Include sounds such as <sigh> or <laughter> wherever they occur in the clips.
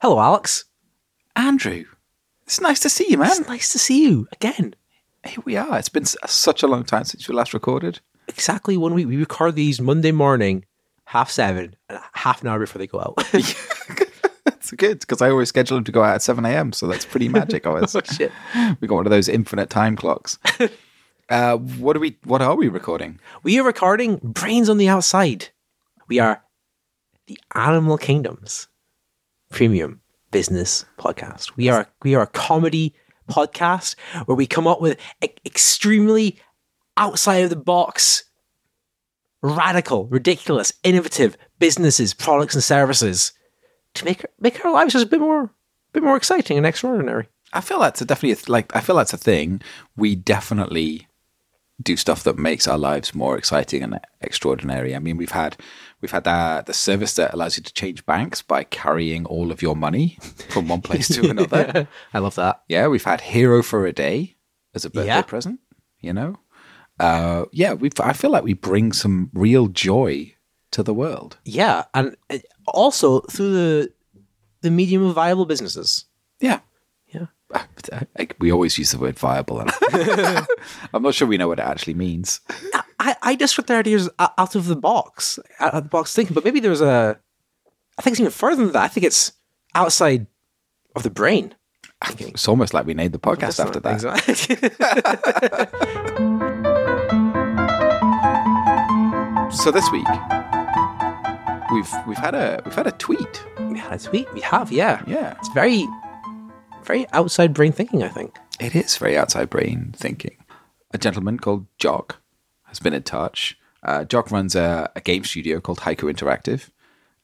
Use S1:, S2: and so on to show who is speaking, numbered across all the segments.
S1: Hello, Alex.
S2: Andrew, it's nice to see you, man.
S1: It's nice to see you again.
S2: Here we are. It's been s- such a long time since we last recorded. <laughs>
S1: Exactly one week. We record these Monday morning, half seven, and half an hour before they go out. <laughs>
S2: It's good because I always schedule them to go out at 7 a.m. So that's pretty
S1: <laughs>
S2: magic. Always.
S1: Shit.
S2: We got one of those infinite time clocks. Uh, what are we? What are we recording?
S1: We are recording Brains on the Outside. We are the Animal Kingdoms premium business podcast. We are we are a comedy podcast where we come up with e- extremely outside of the box, radical, ridiculous, innovative businesses, products, and services to make make our lives just a bit more bit more exciting and extraordinary.
S2: I feel that's a definitely a th- like. I feel that's a thing. We definitely do stuff that makes our lives more exciting and extraordinary. I mean, we've had we've had the, the service that allows you to change banks by carrying all of your money <laughs> from one place to another.
S1: <laughs> I love that.
S2: Yeah, we've had Hero for a Day as a birthday
S1: Yeah.
S2: present, you know? Uh, yeah, we. I feel like we bring some real joy to the world.
S1: Yeah, and uh, also through the the medium of viable businesses.
S2: Yeah.
S1: Yeah.
S2: I- I- we always use the word viable. And <laughs> I'm not sure we know what it actually means.
S1: I, I just put their ideas o- out of the box, out of the box thinking. But maybe there's a, I think it's even further than that. I think it's outside of the brain.
S2: It's almost like we named the podcast after that.
S1: <laughs> Exactly.
S2: So this week, we've we've had a we've had a tweet.
S1: we had a tweet. We have, yeah.
S2: Yeah,
S1: It's very, very outside brain thinking. I think. <laughs>
S2: It is very outside brain thinking. A gentleman called Jock has been in touch. Uh, Jock runs a, a game studio called Haiku Interactive,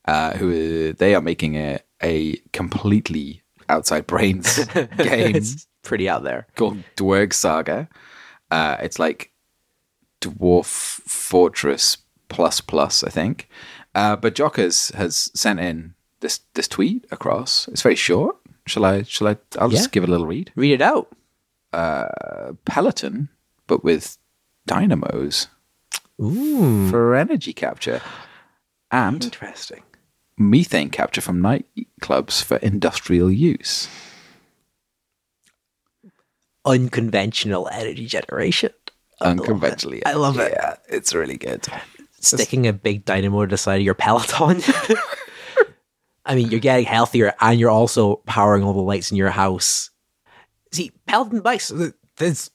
S2: uh, who they are making a, a completely outside brains game
S1: It's pretty out there.
S2: called Dwerg Saga. Uh, it's like Dwarf Fortress plus plus, I think. Uh, but Jock has, has sent in this this tweet across. It's very short. Shall I? Shall I? I'll
S1: Yeah.
S2: just give it a little read.
S1: Read it out.
S2: Peloton, but with dynamos
S1: Ooh,
S2: for energy capture and
S1: interesting.
S2: methane capture from nightclubs for industrial use.
S1: Unconventional energy generation. I love it.
S2: Unconventionally.
S1: I love it.
S2: Yeah, it's really good.
S1: sticking a big dynamo to the side of your Peloton. <laughs> I mean, you're getting healthier and you're also powering all the lights in your house. See, Peloton bikes, th- there's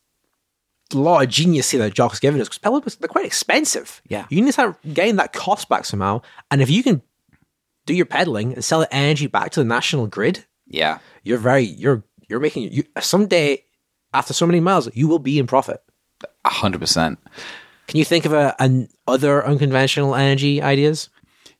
S1: a lot of genius here that Jock's given us because Peloton bikes, they're quite expensive.
S2: Yeah.
S1: You need to start getting that cost back somehow. And if you can do your pedaling and sell the energy back to the national grid,
S2: Yeah.
S1: you're very, you're, you're making, you, someday after so many miles, you will be in profit.
S2: 100%.
S1: Can you think of a, an other unconventional energy ideas?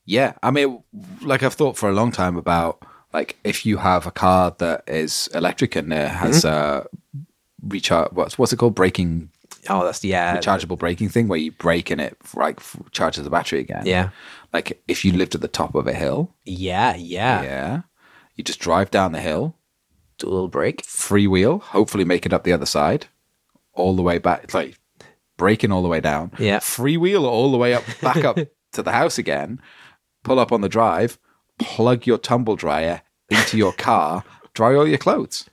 S2: Yeah, I mean, like I've thought for a long time about like if you have a car that is electric and it has uh
S1: Mm-hmm.
S2: recharge, what's what's it called, braking,
S1: Oh, that's the uh,
S2: rechargeable braking thing, where you brake and it like f- charges the battery again.
S1: Yeah.
S2: like if you lived at the top of a hill,
S1: Yeah, yeah.
S2: yeah, you just drive down the hill,
S1: Do a little break.
S2: freewheel, hopefully make it up the other side, all the way back, it's like braking all the way down.
S1: Yeah.
S2: Freewheel all the way up, back up to the house again, pull up on the drive, plug your tumble dryer into your car, dry all your clothes.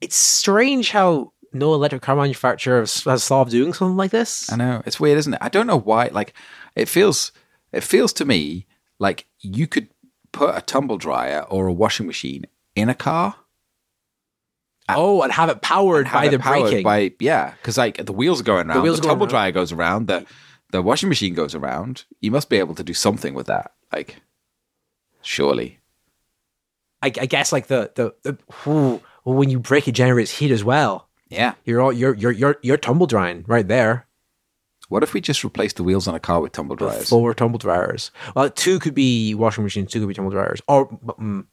S1: It's strange how no electric car manufacturer has, has thought of doing something like this.
S2: I know, it's weird, isn't it? I don't know why, like, it feels, it feels to me like you could put a tumble dryer or a washing machine in a car.
S1: oh, and have it powered
S2: have
S1: by
S2: it
S1: the
S2: powered
S1: braking.
S2: By yeah, because like the wheels are going around, the,
S1: wheels are going
S2: tumble
S1: round.
S2: dryer goes around, the the washing machine goes around. You must be able to do something with that, like surely.
S1: I, I guess like the the, the ooh, well, when you brake, it generates heat as well.
S2: Yeah.
S1: You're all you're you're you're, you're tumble drying right there.
S2: What if we just replace the wheels on a car with tumble dryers? <laughs>
S1: Four tumble dryers. Well, two could be washing machines. Two could be tumble dryers. Or mm,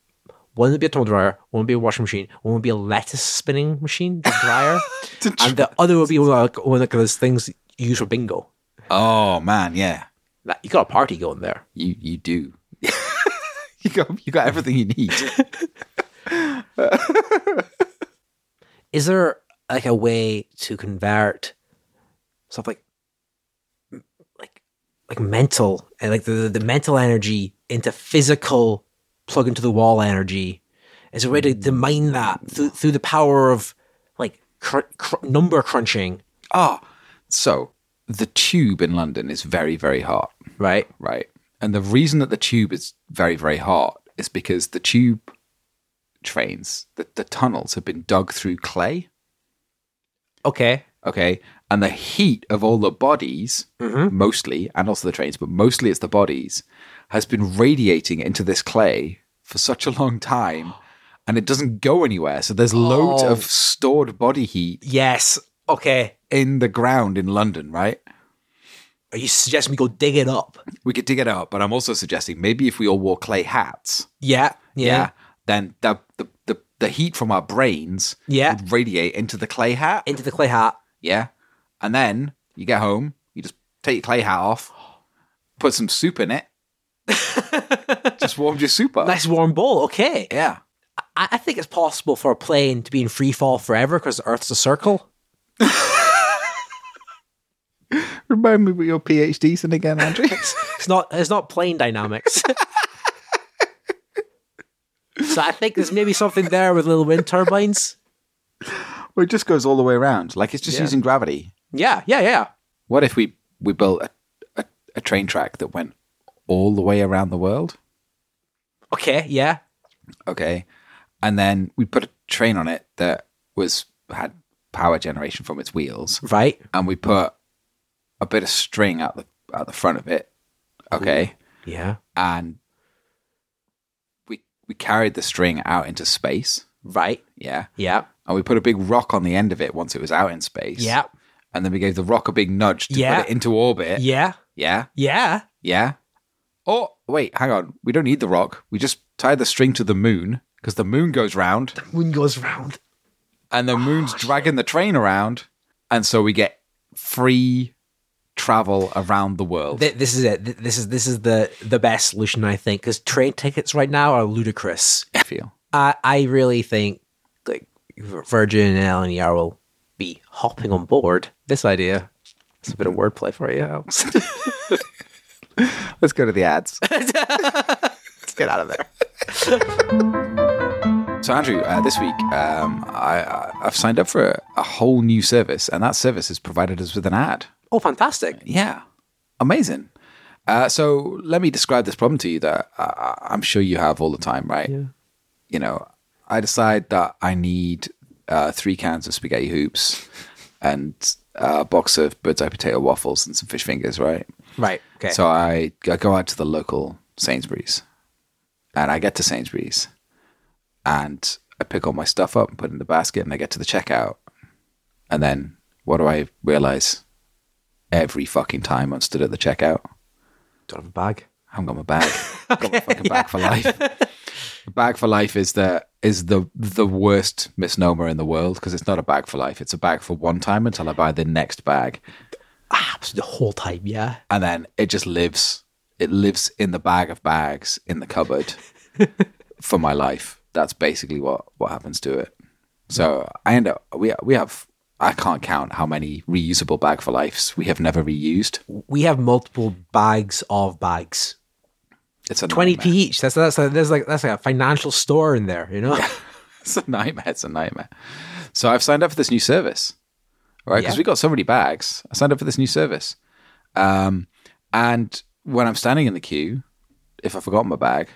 S1: one would be a tumble dryer. One would be a washing machine. One would be a lettuce spinning machine the
S2: <laughs>
S1: dryer, and the other would be one of like, one of those things you use for bingo.
S2: oh man, yeah.
S1: That, you got a party going there.
S2: You you do. <laughs> you got you got everything you <laughs> need.
S1: Is there like a way to convert stuff like eh, like like mental and like the the mental energy into physical plug into the wall energy is a way to, to mine that through, through the power of like cr- cr- number crunching,
S2: Ah, so the tube in London is very, very hot,
S1: right?
S2: right? And the reason that the tube is very, very hot is because the tube trains, the, the tunnels have been dug through clay,
S1: Okay.
S2: okay? And the heat of all the bodies, mostly, and also the trains, but mostly it's the bodies, has been radiating into this clay for such a long time. And it doesn't go anywhere. So there's loads
S1: Oh.
S2: of stored body heat
S1: Yes. Okay.
S2: in the ground in London, right?
S1: Are you suggesting we go dig it up?
S2: We could dig it up, but I'm also suggesting maybe if we all wore clay hats,
S1: Yeah. Yeah.
S2: then the, the the the heat from our brains
S1: Yeah.
S2: would radiate into the clay hat,
S1: Into the clay hat.
S2: yeah, and then you get home, you just take your clay hat off, put some soup
S1: <laughs>
S2: in it, just warmed your soup up,
S1: Nice warm bowl. Okay.
S2: yeah.
S1: I, I think it's possible for a plane to be in free fall forever because Earth's a circle.
S2: Remind me what your PhD's in again, Andrew.
S1: It's not. It's not plane dynamics. <laughs> so I think there's maybe something there with little wind turbines.
S2: <laughs> well, it just goes all the way around, like it's just using gravity.
S1: Yeah. Yeah. Yeah.
S2: What if we we built a, a a train track that went all the way around the world?
S1: Okay. Yeah.
S2: okay and then we put a train on it that was had power generation from its wheels
S1: Right.
S2: and we put a bit of string out the out the front of it okay
S1: Yeah.
S2: and we we carried the string out into space
S1: Right.
S2: yeah
S1: Yeah.
S2: and we put a big rock on the end of it once it was out in space
S1: Yeah.
S2: and then we gave the rock a big nudge to
S1: Yeah.
S2: put it into orbit
S1: Yeah.
S2: yeah
S1: Yeah.
S2: yeah oh wait hang on we don't need the rock we just tie the string to the moon because the moon goes round
S1: Moon goes round.
S2: and the moon's dragging the train around, and so we get free travel around the world.
S1: Th- this is it. Th- This is this is the the best solution I think because train tickets right now are ludicrous.
S2: I feel
S1: I I really think like Virgin and LNER will be hopping on board this idea. It's a bit of wordplay for you. <laughs> Alex.
S2: let's go to the ads. let's get out of there. So Andrew, uh, this week um, I, I, I've signed up for a, a whole new service, and that service has provided us with an ad.
S1: oh, fantastic!
S2: Yeah, amazing. Uh, so let me describe this problem to you that I- I, I'm sure you have all the time, right? You know, I decide that I need uh, three cans of spaghetti hoops and a box of bird's eye potato waffles and some fish fingers, right?
S1: Right. Okay.
S2: So I, I go out to the local Sainsbury's and I get to Sainsbury's and I pick all my stuff up and put it in the basket and I get to the checkout. And then what do I realize every fucking time I'm stood at the checkout?
S1: don't have a bag.
S2: I haven't got my bag. got my fucking bag for life. <laughs> bag for life is the is the the worst misnomer in the world because it's not a bag for life. It's a bag for one time until I buy the next bag.
S1: Absolutely, Ah, the whole time. Yeah.
S2: and then it just lives it lives in the bag of bags in the cupboard for my life that's basically what what happens to it so i end up we we have i can't count how many reusable bag for lifes we have never reused
S1: We have multiple bags of bags.
S2: it's a
S1: Twenty p
S2: nightmare.
S1: each. That's that's like, there's like that's like a financial store in there. You know.
S2: <laughs> it's a nightmare it's a nightmare so i've signed up for this new service right because
S1: Yeah.
S2: we got so many bags i signed up for this new service um and when i'm standing in the queue if i forgot my bag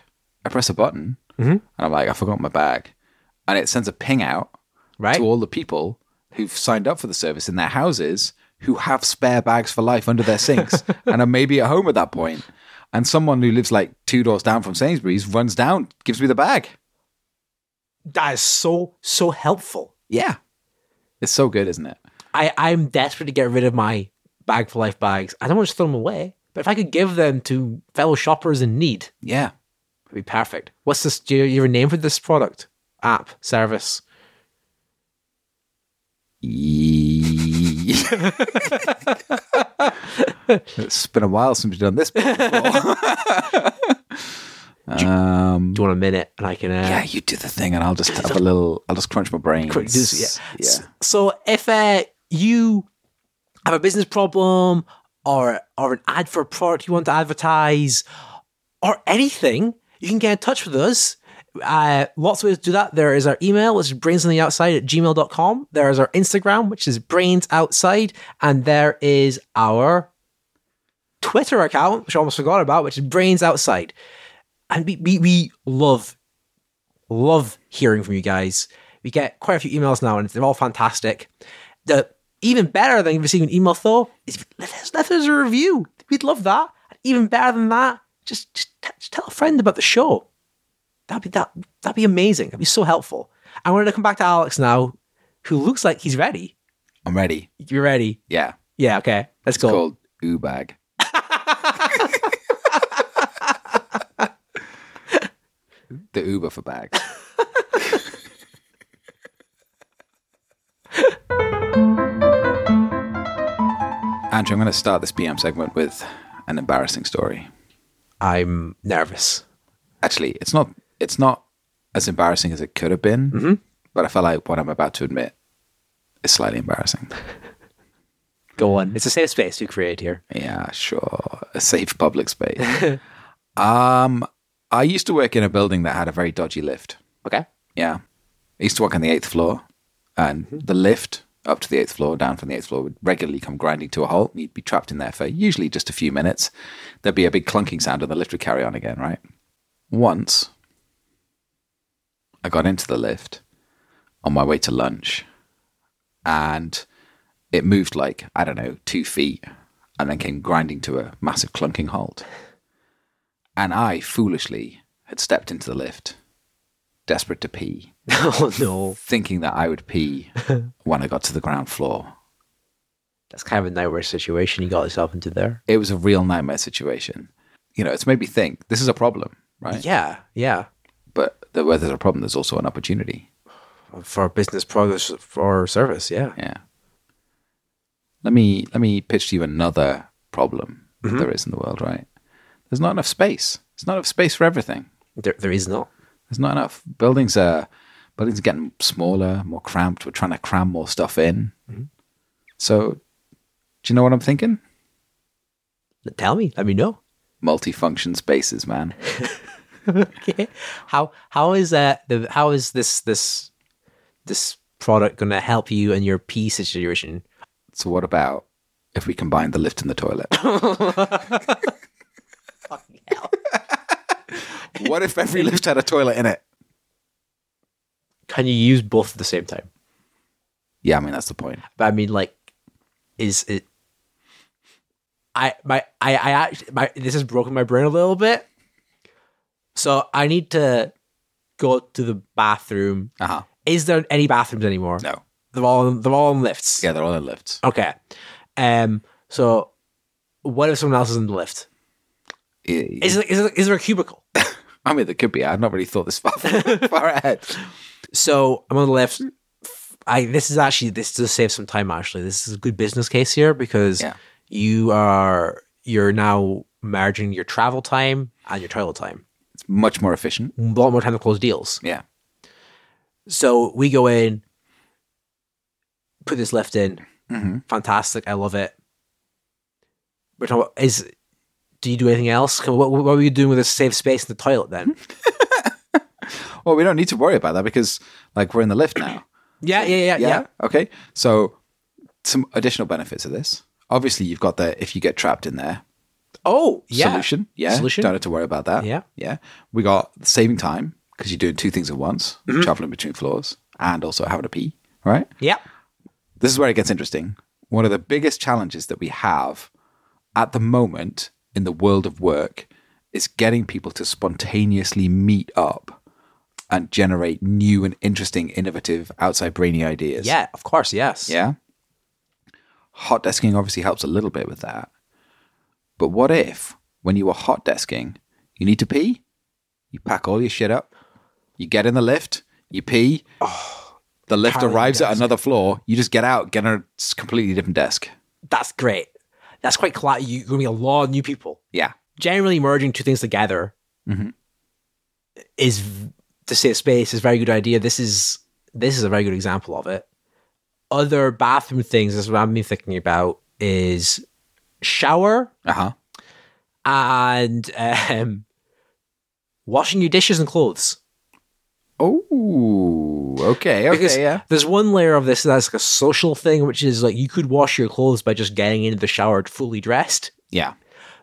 S2: i press a button
S1: Mm-hmm.
S2: and i'm like i forgot my bag and it sends a ping out
S1: Right.
S2: to all the people who've signed up for the service in their houses who have spare bags for life under their
S1: <laughs>
S2: sinks and are maybe at home at that point and someone who lives like two doors down from sainsbury's runs down gives me the bag
S1: That is so so helpful.
S2: yeah it's so good isn't it
S1: I, I'm desperate to get rid of my bag for life bags. I don't want to just throw them away, but if I could give them to fellow shoppers in need,
S2: <laughs> Yeah.
S1: it'd be perfect. What's this? Do you, you have a name for this product? App, service.
S2: it's been a while since we've done this <laughs> before. um,
S1: Do you want a minute? And I can. Uh,
S2: yeah, you do the thing, and I'll just have a little. I'll just crunch my brains.
S1: quick do this, yeah. S-
S2: yeah.
S1: So if uh, you have a business problem or or an ad for a product you want to advertise or anything, you can get in touch with us. Uh, lots of ways to do that. There is our email, which is brainsontheoutside at gmail.com. There is our Instagram, which is brains outside. And there is our Twitter account, which I almost forgot about, which is brains outside. And we, we, we love, love hearing from you guys. We get quite a few emails now, and they're all fantastic. The even better than receiving an email though is if you let us, let us a review. We'd love that. And even better than that, just, just t- just tell a friend about the show. That'd be that that'd be amazing. That'd be so helpful. I wanted to come back to Alex now, who looks like he's ready.
S2: I'm ready.
S1: You ready?
S2: Yeah.
S1: Yeah. Okay. Let's
S2: It's
S1: go.
S2: called <laughs> Oobag. the Uber for bags. <laughs> Andrew, I'm going to start this BM segment with an embarrassing story.
S1: I'm nervous.
S2: Actually, it's not it's not as embarrassing as it could have been, but I feel like what I'm about to admit is slightly embarrassing.
S1: Go on. It's a safe space we created here.
S2: Yeah, sure. A safe public space. <laughs> um, I used to work in a building that had a very dodgy lift.
S1: Okay. <laughs>
S2: Yeah. I used to work on the eighth floor, and the lift up to the eighth floor, down from the eighth floor, would regularly come grinding to a halt. and You'd be trapped in there for usually just a few minutes. There'd be a big clunking sound, and the lift would carry on again, right? Once I got into the lift on my way to lunch, and it moved like, I don't know, two feet, and then came grinding to a massive clunking halt. And I foolishly had stepped into the lift, desperate to pee
S1: oh no.
S2: thinking that I would pee when I got to the ground floor.
S1: That's kind of a nightmare situation you got yourself into there.
S2: It was a real nightmare situation. You know, it's made me think this is a problem, right?
S1: Yeah. Yeah.
S2: But there- where there's a problem, there's also an opportunity.
S1: For business progress or service. Yeah.
S2: Yeah. Let me let me pitch to you another problem that there is in the world, right? There's not enough space. There's not enough space for everything.
S1: There, there is not.
S2: There's not enough buildings are buildings are getting smaller, more cramped. We're trying to cram more stuff in. So, do you know what I'm thinking?
S1: Tell me. Let me know. <laughs>
S2: Multifunction spaces, man.
S1: okay. How how is that the how is this this this product going to help you in your pee situation?
S2: So what about if we combine the lift and
S1: <laughs>
S2: the toilet? <laughs> what if every lift had a toilet in it?
S1: Can you use both at the same time?
S2: Yeah, I mean that's the point.
S1: But I mean, like, is it? I my I I actually my this has broken my brain a little bit. So I need to go to the bathroom.
S2: Uh huh.
S1: Is there any bathrooms anymore?
S2: No.
S1: They're all they're all on lifts.
S2: Yeah, they're all in lifts.
S1: Okay. Um. So, what if someone else is in the lift?
S2: I
S1: Is it, is, it, is there a cubicle?
S2: mean, there could be. I've not really thought this far, <laughs> far ahead.
S1: So I'm on the left. I this is actually this does save some time. Actually, this is a good business case here because
S2: Yeah.
S1: you are you're now merging your travel time and your toilet time.
S2: It's much more efficient.
S1: A lot more time to close deals.
S2: Yeah.
S1: So we go in, put this lift in.
S2: hmm
S1: Fantastic, I love it. We're talking about, is do you do anything else? What, what were you doing with this safe space in the toilet then?
S2: Well, we don't need to worry about that because, like, we're in the lift now.
S1: <laughs> yeah, yeah, <clears throat> yeah, yeah,
S2: yeah. Okay. So, some additional benefits of this. Obviously, you've got the if you get trapped in there,
S1: Oh, yeah.
S2: solution. Yeah.
S1: Solution.
S2: Don't have to worry about that.
S1: Yeah.
S2: Yeah. We got saving time because you're doing two things at once, traveling between floors and also having a pee, right?
S1: Yeah.
S2: This is where it gets interesting. One of the biggest challenges that we have at the moment in the world of work is getting people to spontaneously meet up and generate new and interesting, innovative, outside brainy ideas.
S1: Yeah, of course, yes.
S2: Yeah. Hot desking obviously helps a little bit with that. But what if, when you are hot desking, you need to pee, you pack all your shit up, you get in the lift, you pee, the lift
S1: Parallel
S2: arrives at
S1: desk.
S2: another floor, you just get out, get on a s- completely different desk.
S1: that's great. That's quite cla You're going to be a lot of new people.
S2: Yeah.
S1: Generally, merging two things together
S2: Mhm.
S1: is v- to save space is a very good idea. This is this is a very good example of it. Other bathroom things is what I've been thinking about is
S2: uh-huh.
S1: shower
S2: Uh huh.
S1: and um, washing your dishes and clothes.
S2: Oh, okay, okay,
S1: Because
S2: yeah.
S1: there's one layer of this that's like a social thing, which is like you could wash your clothes by just getting into the shower fully dressed.
S2: Yeah.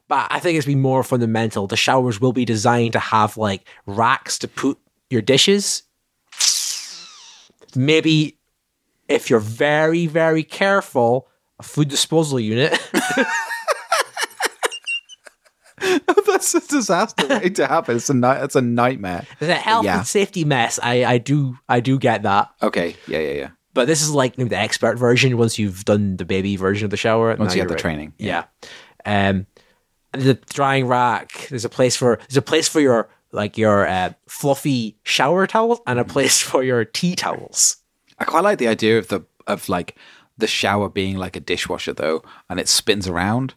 S1: But I think it's been more fundamental. The showers will be designed to have like racks to put your dishes. Maybe if you're very, very careful, a food disposal unit.
S2: <laughs>
S1: <laughs>
S2: That's a disaster waiting to happen. It's a, ni- it's a nightmare.
S1: the health
S2: Yeah.
S1: and safety mess. I, I do I do get that.
S2: Okay, yeah, yeah, yeah.
S1: But this is like the expert version once you've done the baby version of the shower.
S2: Once
S1: Now
S2: you
S1: you're
S2: have the
S1: right.
S2: training.
S1: Yeah. Um, the drying rack. There's a place for there's a place for your like your uh, fluffy shower towel and a place for your tea towels.
S2: I quite like the idea of the of like the shower being like a dishwasher though, and it spins around,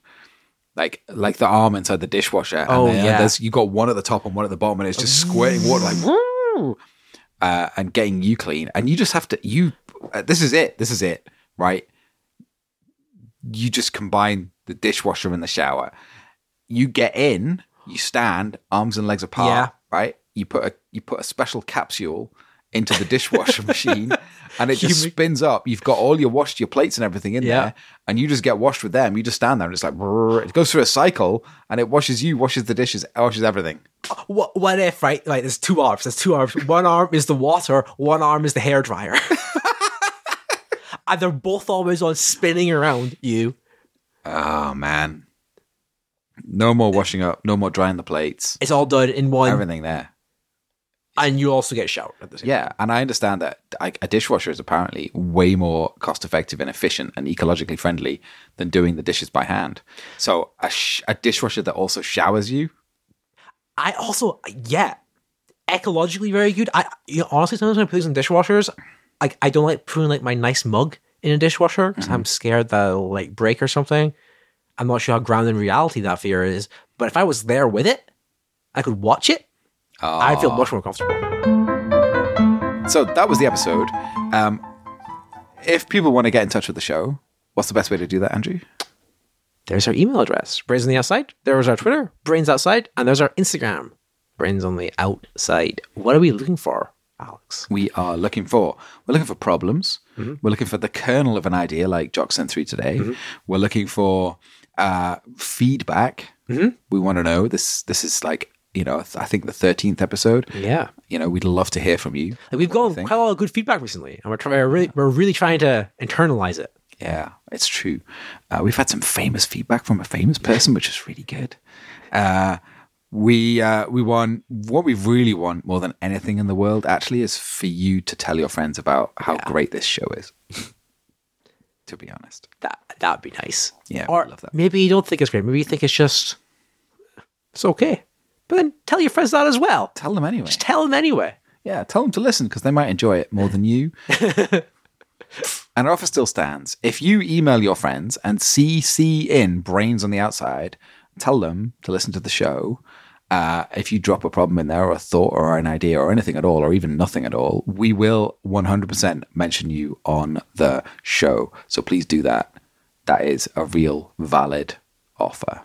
S2: like like the arm inside the dishwasher. And
S1: Oh,
S2: then
S1: yeah.
S2: there's you got one at the top and one at the bottom, and it's just squirting water like woo, uh, and getting you clean. And you just have to you. Uh, this is it. This is it. Right. You just combine the dishwasher and the shower. You get in. You stand arms and legs apart.
S1: Yeah.
S2: Right. You put a you put a special capsule into the dishwasher machine and it just
S1: Human-
S2: spins up. You've got all your washed your plates and everything in
S1: Yeah.
S2: there, and you just get washed with them. You just stand there and it's like brrr. it goes through a cycle and it washes you, washes the dishes, washes everything.
S1: What what if right? Like there's two arms. There's two arms. One arm is the water. One arm is the hair dryer. <laughs> and they're both always on spinning around you.
S2: Oh man. No more washing up, no more drying the plates,
S1: It's all done in one,
S2: everything there.
S1: and you also get showered at the same.
S2: Yeah, and I understand that like, a dishwasher is apparently way more cost effective and efficient and ecologically friendly than doing the dishes by hand. So a, sh- a dishwasher that also showers you
S1: I also yeah, ecologically very good. I you know, honestly sometimes when I put these in dishwashers, I I don't like putting like my nice mug in a dishwasher 'cause I'm scared that it'll like break or something. I'm not sure how grounded in reality that fear is, but if I was there with it, I could watch it. I'd feel much more comfortable.
S2: Ah. So that was the episode. Um, if people want to get in touch with the show, what's the best way to do that, Andrew?
S1: There's our email address, brains on the outside. There's our Twitter, brains outside, and there's our Instagram, brains on the outside. What are we looking for, Alex?
S2: We are looking for we're looking for problems. We're looking for the kernel of an idea, like Jock sent through today. We're looking for uh, feedback. We want to know this. This is like you know, I think the thirteenth episode.
S1: Yeah.
S2: You know, we'd love to hear from you.
S1: Like we've gotten quite a lot of good feedback recently, and we're trying. We're really, we're really trying to internalize it.
S2: Yeah, it's true. Uh, we've had some famous feedback from a famous person, which is really good. Uh, we uh, we want what we really want more than anything in the world actually is for you to tell your friends about how great this show is. <laughs> to be honest,
S1: That that'd be nice.
S2: Yeah,
S1: or
S2: I'd love that.
S1: maybe you don't think it's great. Maybe you think it's just it's okay. But then tell your friends that as well.
S2: tell them anyway.
S1: Just tell them anyway.
S2: Yeah, tell them to listen because they might enjoy it more than you. and our offer still stands. If you email your friends and CC in brains on the outside, tell them to listen to the show. Uh, if you drop a problem in there or a thought or an idea or anything at all, or even nothing at all, we will 100% mention you on the show. So please do that. That is a real valid offer.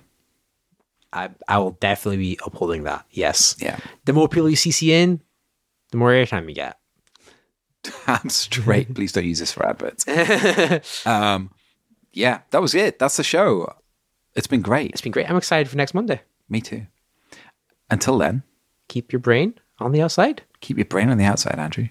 S1: I I will definitely be upholding that. Yes.
S2: Yeah.
S1: The more people you CC in, the more airtime you get.
S2: damn straight. Please don't use this for adverts. um, yeah, that was it. That's the show. It's been
S1: It's
S2: great.
S1: been great. I'm excited for next Monday.
S2: Me too. Until then,
S1: Keep your brain on the outside.
S2: keep your brain on the outside, Andrew.